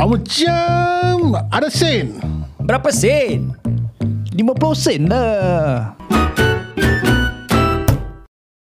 Macam Ada sen Berapa sen? 50 sen lah